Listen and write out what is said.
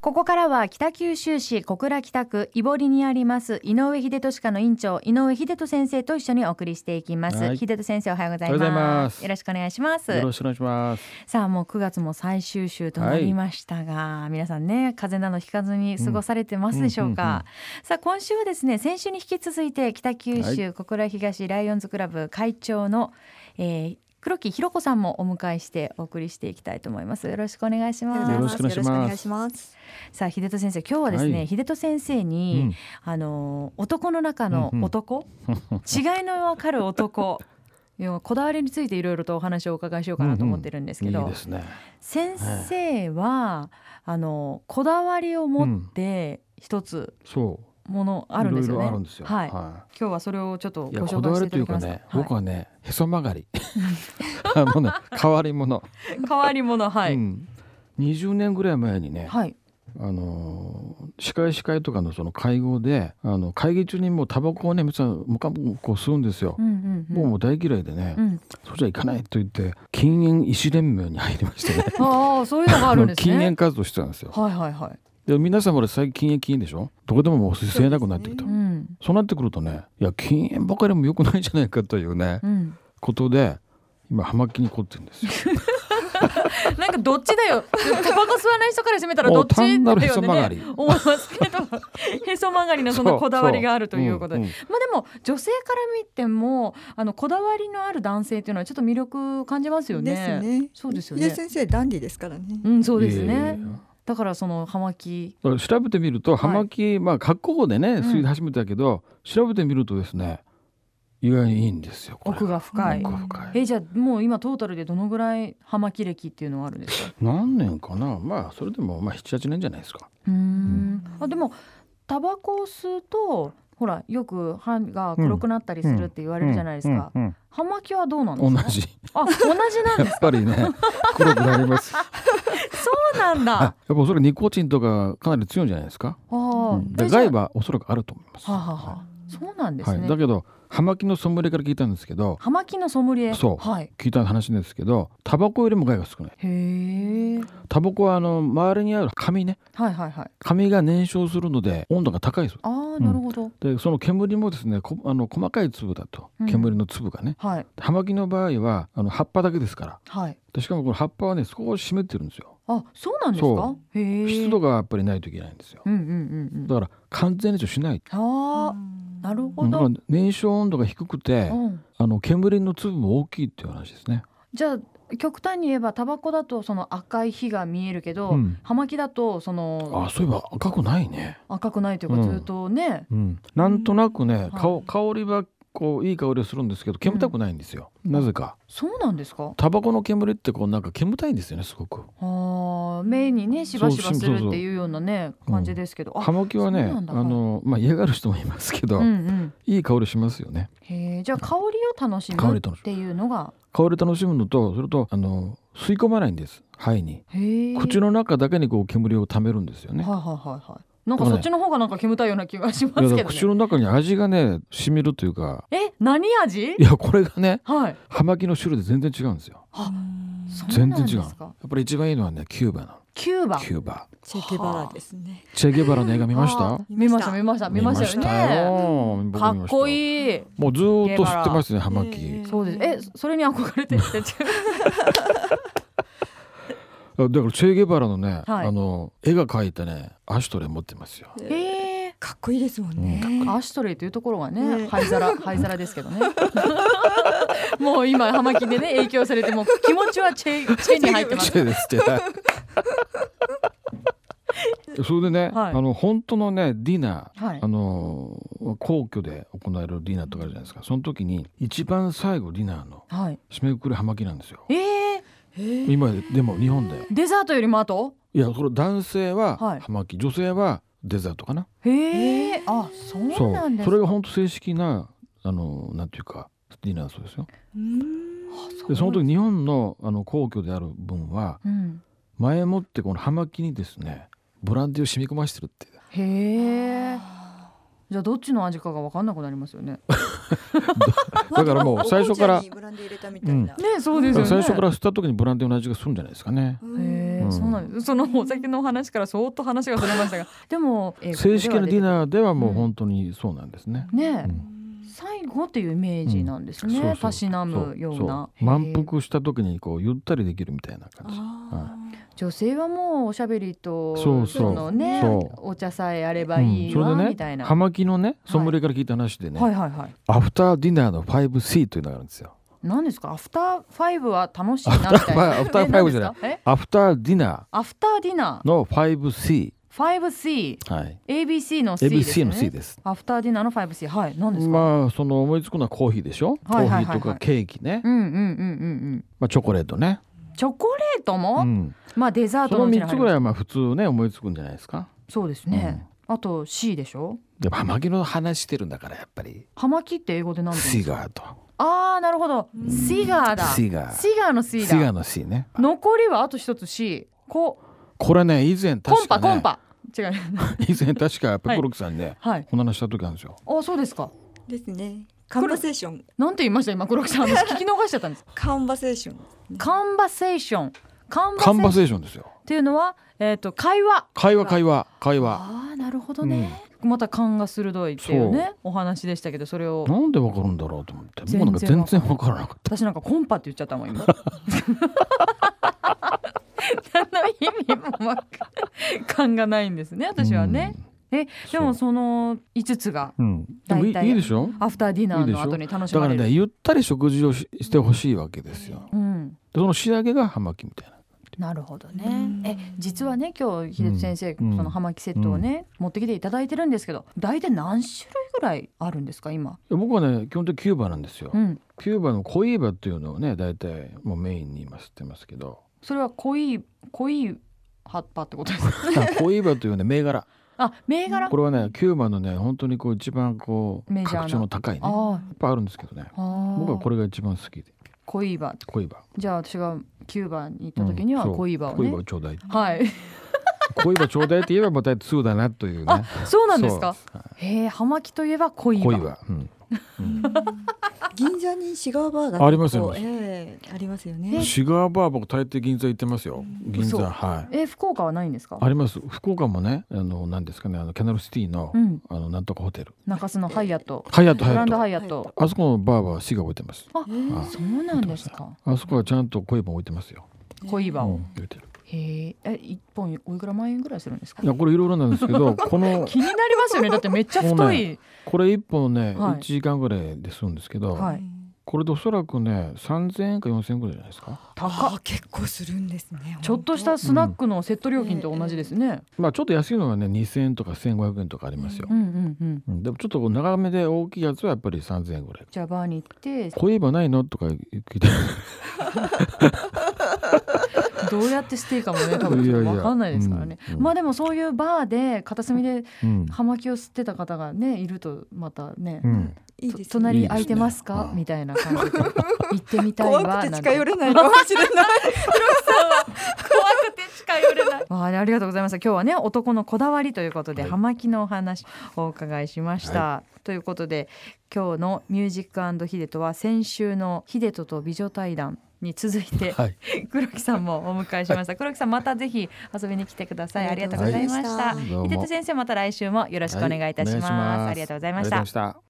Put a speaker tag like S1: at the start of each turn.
S1: ここからは北九州市小倉北区井堀にあります井上秀俊科の院長井上秀人先生と一緒にお送りしていきます、
S2: はい
S1: 秀人先生おはようございます
S2: おはようございます
S1: よろしくお願いします
S2: よろしくお願いします。
S1: さあもう9月も最終週となりましたが、皆さんね風邪などひかずに過ごされてますでしょうか、
S2: うんうんうんうん
S1: さあ今週はですね先週に引き続いて北九
S2: は
S1: 州
S2: い
S1: 小倉東ライオンズクラブ会長の、えー黒木ひろ子さんもお迎えしてお送りしていきたいと思いますよろしくお願いし
S2: よろ
S1: ます
S2: しくお願いします
S3: ます。
S1: さあ秀人先生今日はですね、
S2: はい
S1: 秀人先生
S2: う
S1: に、
S2: ん、
S1: あの男の中の
S2: うんうん
S1: 男、違いのわかる男いやこだわりについていろいろとお話をお伺いしようかなと思ってるんですけど、
S2: いいですね。
S1: 先生は、あのこだわりを持って一つ
S2: そ
S1: もの
S2: う、
S1: あるんです
S2: い
S1: よ
S2: ろい
S1: ね。
S2: ろあるんですよ。
S1: はい。
S2: は
S1: 今日はそれをちょっと
S2: い。いや
S1: ご
S2: こ
S1: 紹
S2: だ
S1: 介
S2: わ
S1: して
S2: り
S1: い
S2: と
S1: た
S2: い
S1: だ
S2: う
S1: きま
S2: か
S1: す。
S2: ね、僕はね、へそ曲がり。あのね、変わり者。
S1: はい変わり者はい、
S2: うん。20年ぐらい前にね、
S1: はい
S2: あのー司会司会とかのその会合で、あの会議中にもうタバコをね、皆さんもかもこう吸うんですよ
S1: う。んうんうん
S2: もうもう大嫌いでね、
S1: うん、
S2: それじゃ行かないと言って禁煙医師連盟に入りましてね
S1: ああそういうのがあるんです
S2: 禁煙
S1: ね。
S2: 活動してたんですよ
S1: はいはいはい。
S2: で皆さんも最近禁煙禁煙でしょどこでももう吸えなくなってきた
S1: うん
S2: そうなってくるとねいや禁煙ばかりも良くないじゃないかというね、
S1: うん。
S2: ことで今葉巻に凝ってるんですよ。
S1: なんかどっちだ よ。タバコ吸わない人からしてみたらど
S2: も
S1: っ
S2: う
S1: ちだよ
S2: 単なるへそ曲が
S1: ね。
S2: り。
S1: 思いますけど、へそ曲がりのそのこだわりがあるということで
S2: そ。んん
S1: まあでも女性から見てもあのこだわりのある男性っていうのはちょっと魅力感じますよね。
S3: ですね。
S1: そうですよ
S3: 井出
S1: ね。
S3: 先生ダンディですからね。
S1: うんそうです
S2: いえいえ
S1: ね
S2: いえ。
S1: だからその葉巻
S2: だから調べてみると
S1: は
S2: 葉
S1: い
S2: 巻、まあ格好法でね
S1: ん
S2: 吸い始めたけど、調べてみるとですね意外にいいんですよ。これ
S1: 奥が深い
S2: 奥。が深い。
S1: えじゃあもう今トータルでどのぐらい葉巻歴っていうのはあるんですか。
S2: 何年かなまあそれでもまあ七八年じゃないですか。
S1: うーん。あでもタバコを吸うとほらよく歯が黒くなったりするって言われるじゃないですか。
S2: うんうん
S1: 葉巻はどうなんで
S2: う
S1: す
S2: ん
S1: か。
S2: 同。じ
S1: あ同じなん
S2: や
S1: だ。
S2: っぱりね黒くな ります。
S1: そうなんだ。
S2: あ
S1: あ
S2: やっぱそれニコチンとかかなり強いんじゃないですか。
S1: あ。
S2: うんで
S1: えじゃあ
S2: 害はおそらくあると思います。
S1: はあはあはあそうなんです
S2: はい、
S1: ね
S2: だ。けど葉巻のソムリエから聞いたんですけど
S1: 葉巻のソムリエ。
S2: そう
S1: はい。
S2: 聞いた話ですけどタバコよりも害が少ない
S1: へえ。
S2: タバコはあの周りにある紙ね
S1: はいはいはい。
S2: 紙が燃焼するので温度が高いそう
S1: ああ、なるほど。
S2: でその煙もですねこあの細かい粒だと
S1: うん
S2: 煙の粒がね、
S1: はい
S2: 葉巻の場合はあの葉っぱだけですから
S1: はい。
S2: でしかもこの葉っぱはね少し湿ってるんですよ
S1: あ、そうなんですか
S2: そ。
S1: へえ。
S2: 湿度。がやっぱりないといけないんですよ
S1: うんうんうんうん。
S2: だから完全燃焼しない
S1: ああ、なるほ
S2: うんだか
S1: ど
S2: ら。燃焼温度が低くて
S1: うん。
S2: あの煙の粒も大きいっていう話ですね、
S1: じゃあ極端に言えばタバコだとその赤い火が見えるけど、
S2: うん
S1: 葉巻だとその
S2: あそういえば赤くないね
S1: 赤くないというか
S2: うん
S1: ずっとね、
S2: うん、なんとなくね、
S1: はい
S2: 香香りはこういい香りをするんですけど煙たくないんですよ、なぜか
S1: そうなんですか。
S2: タバコの煙ってこうなんか煙たいんですよねすごく
S1: ああ、目にねしばしばするっていうようなね
S2: う
S1: 感じですけど、あ
S2: 葉、巻は
S1: そ
S2: ね
S1: うな
S2: あ
S1: んだ
S2: の、まあ、嫌がる人もいますけど、
S1: うんうん。
S2: いい香りしますよね
S1: へえ、じゃあ香りを楽し
S2: 香
S1: む
S2: り
S1: っ
S2: 楽しむ
S1: ていうのが、
S2: 香り楽しむのとそれとあの吸い込まないんです肺に
S1: へえ。
S2: 口の中だけにこう煙を溜めるんですよね
S1: はいはいはいはい。なんかそっちの方がなんか煙たいような気がしま
S2: いや
S1: す
S2: だ
S1: けど、
S2: から口
S1: ね。
S2: の中に味がね染みるというか
S1: え、何味
S2: い？やこれがね
S1: はい。
S2: 葉巻の種類で全然違うんですよ
S1: あ、そう
S2: 全
S1: なん
S2: 然
S1: で
S2: 違う
S1: すか。
S2: やっぱり一番いいのはねキューバの
S1: キューバ。
S2: キューバ
S3: チェケバラですね。
S2: チェゲバラの映画見ました
S1: あ見ました見ました見ましたよね。
S2: ね
S1: かっこ
S2: い。
S1: いい。
S2: もうずーっと知ってますね、葉
S3: え
S2: 巻。
S1: そうです。え、それに憧れてて。
S2: だからチェゲバラのね、
S1: はい
S2: あの絵が描いたね、アシュトレイ持ってますよ。
S3: えー
S1: ええ。
S3: かっこいいですもんね。
S1: アシュトレイというところが
S3: ね
S1: ね、灰 皿灰皿ですけどね。もう今葉巻でね影響されてもう気持ちはチェチェに入ってま
S2: チ
S1: す。
S2: ェです チェ。それでね、
S1: はい
S2: あの本当のねディナー、
S1: はい
S2: あの皇居で行われるディナーとかあるじゃないですか。その時に一番最後ディナーの
S1: はい。
S2: 締めくくり葉巻なんですよ。
S1: ええ、
S3: えー
S2: 今でも日本で。
S1: デザートよりも後？
S2: いや、それ男性は
S1: はい
S2: 葉巻、女性はデザートかな。
S1: へえ。あ、そう
S2: そ
S1: なん
S2: う
S1: です。
S2: それが本当正式なあのなんていうかディナーそうですよ
S3: うーん
S2: でその時日本のあの皇居である分は
S1: うん。
S2: 前もってこの葉巻にですねブランデーを染み込ましてるって
S1: へえ。じゃあどっちの味かが分かんなくなりますよね。
S2: だからもう最初から
S3: お紅茶にブランデー入れたみたいな。
S1: ね、そうですよね。
S2: 最初から吸った時にブランデーの味がするんじゃないですかね
S3: う
S1: へ
S3: ん
S1: え、
S2: うん
S1: そうなんですそのお酒の話からそーっと話がそれましたがでも、えー
S2: 正式なディ
S1: こ
S2: ナーではもううん本当にそうなんですね。
S1: こでは出てねえ、
S2: うん
S1: 最後というイメージなんですね、
S2: そうそう
S1: たしなむような
S2: そそ満腹した時にこうゆったりできるみたいな感じ。
S3: あ
S1: 女性はもうおしゃべりと
S2: そうそう
S1: のね
S2: そう
S1: お茶さえあれば
S2: う
S1: い
S2: ん
S1: い
S2: そ
S1: わ、
S2: れ
S1: み
S2: で
S1: たい
S2: ね
S1: な、
S2: 葉巻のねソムリエから聞いた話でね、
S1: はいはいはい
S2: アフターディナーの 5C というのがあるんですよ。
S1: 何ですかアフターファイブは楽しいなみたいな
S2: アフターファイブじゃな
S1: え
S2: い
S1: 何ですかえ
S2: アフターディナ
S1: アフターディナ
S2: ーの 5C、
S1: ー
S2: はい、
S1: 5CABC の C です
S2: ABC
S1: ね
S2: の C です。
S1: アフターディナーの 5C はい何ですか、
S2: まあその思いつくのはコーヒーでしょ、
S1: はいはいはいはい
S2: コーヒーとかケーキね、
S1: うんうんうんうん
S2: まあ、チョコレートね、
S1: うんチョコレート
S2: う
S1: も、
S2: ん、
S1: まあデザー
S2: そ
S1: トの
S2: の
S1: うちに
S2: 3つ
S1: 入
S2: ぐら
S1: る
S2: いはまあ普通ね思いつくんじゃないですか。
S1: そうですね、あと C でしょ
S2: でも葉巻の話してるんだからやっぱり
S1: 葉巻って英語で何て言うん
S2: シ
S1: ですか
S2: ガーと
S1: ああなるほど、シガーだ
S2: シガー
S1: シガーの C だ
S2: シガーの C ね
S1: 残りはあと一つ C こ
S2: これね以前確か、ね、
S1: コンパコンパ違う
S2: 以前確かやっぱり黒木さんね、
S1: はい
S2: この話した時あるんですよ
S1: あそうですか
S3: ーですね。カンバセーション。
S1: なんて言いました今黒木さん私聞き逃しちゃったん です
S3: カンバセーション。
S1: カンバセーションカンバセ
S2: カン
S1: ー
S2: バ
S1: ション
S2: セーションですよ
S1: っていうのはえっ、と会話
S2: 会話会話会話
S1: ああなるほどね、また勘が鋭いっていうねお話でしたけどそれを
S2: なんでわかるんだろうと思ってもうなんか全然わからなかっ
S1: 私なんかコンパって言っちゃったもん今何の意味もわか勘がないんですね
S2: た
S1: 私はね、えでもその5つが
S2: うん、うん、でもいい
S1: 大体
S2: いいでしょ
S1: アフターディナーの後に楽し
S2: だ
S1: ま
S2: から
S1: れる
S2: ねゆったり食事をししてほしいわけですよ
S1: うん
S2: でその仕上げが葉巻みたいな
S1: なるほどね。
S3: うん
S1: え実はね今日秀人先生、
S2: うん
S1: その葉巻セットをね、持ってきていただいてるんですけど大体何種類ぐらいあるんですか今。
S2: で僕はね基本的にキューバなんですよ、
S1: うん、
S2: キューバのコイーバっていうのをね大体もうメインに今知ってますけど
S1: それは濃い濃い葉っぱってことですか
S2: コイーバというね銘柄
S1: あ銘柄
S2: これはねキューバのね本当にこう一番こう
S1: メジャーな
S2: 格調の高いねいっ
S1: あ
S2: ぱいあるんですけどね
S1: ああ
S2: 僕はこれが一番好きで
S1: 濃い葉
S2: コイーバ
S1: じゃあ私がキューバに行った時には
S2: うんそう
S1: 濃い葉を
S2: コイー
S1: ね
S2: バ、ちょうだい
S1: はい
S2: コイーバちょうだいって言えばまた2だなというね
S1: そうなんですか
S2: そう
S1: へえ葉巻といえば濃い葉
S2: コイーバうん
S3: 銀座にシガーバーだ
S2: ありますよ
S3: ね。ええありますよね。
S2: シガーバー僕大抵銀座行ってますよ銀座
S1: 嘘
S2: はい
S1: え福岡はないんですか
S2: あります福岡もねあの何ですかねあのキャナルシティの
S1: うん
S2: あのなんとかホテル
S1: 中洲のハイアット
S2: ハイアット
S1: グラ
S2: ハイア
S1: ン
S2: ッ
S1: ドハイア
S2: ト
S1: ット
S2: あそこのバーはシガー置いてます
S1: あそうなんですか
S2: あそこはちゃんとコイーバ置いてますよ
S1: 濃い葉を、
S2: うん置いてる
S1: へえ、え、一本おいくら万円ぐらいするんですか
S2: い。やこれいろいろなんですけどこの
S1: 気になりますよね。だってめっちゃ
S2: そう
S1: 太い
S2: ね。これ一本ね、一
S1: はい
S2: 1時間ぐらいでするんですけど、
S1: はい
S2: これでおそらくね3000円か4000円ぐらいじゃないですか
S1: 高っ
S3: あー結構するんですね。
S1: ちょっとしたスナックのセット料金と同じですね。
S2: まあちょっと安いのはね2000円とか1500円とかありますよ
S1: う、んうんうん。
S2: うんでもちょっとこう長めで大きいやつはやっぱり3000円ぐらい
S1: じゃあバーに行って
S2: こう言えばないのとか聞いて
S1: どうやってしていいかもね多分ちょっとわかんないですからね
S2: いやいやうんうん
S1: まあでもそういうバーで片隅で
S2: うん、
S1: 葉巻を吸ってた方がねいるとまたね、
S2: うん、
S3: いい
S1: と
S3: ですね。
S1: 隣空いてます
S2: いい
S1: か
S2: ですね
S1: みたいな感じで行ってみたいわ
S3: 怖くて
S1: なん
S3: 近
S1: て
S3: 寄れないかもしれない。
S1: 怖くて近寄れない。わあ、ありがとうございました。今日はね、男のこだわりということで、
S2: はい
S1: 葉巻のお話をお伺いしました。ということで、今日のミュージックヒデトは先週のヒデトと美女対談。に続いて、
S2: はい
S1: 黒木さんもお迎えしました。黒木さん、またぜひ遊びに来てください。あ
S3: あ
S1: り
S3: り
S1: が
S3: が
S1: とう
S3: とう
S1: ご
S3: ご
S1: ざ
S3: ざ
S1: い
S3: い
S1: ま
S3: ま
S1: し
S3: した
S1: た。
S2: どうも
S1: 秀人先生、また来週もよろしくお願いいたし
S2: はお願
S1: ます。ありがとうございまし
S2: あ
S1: た
S2: りがとうございま。した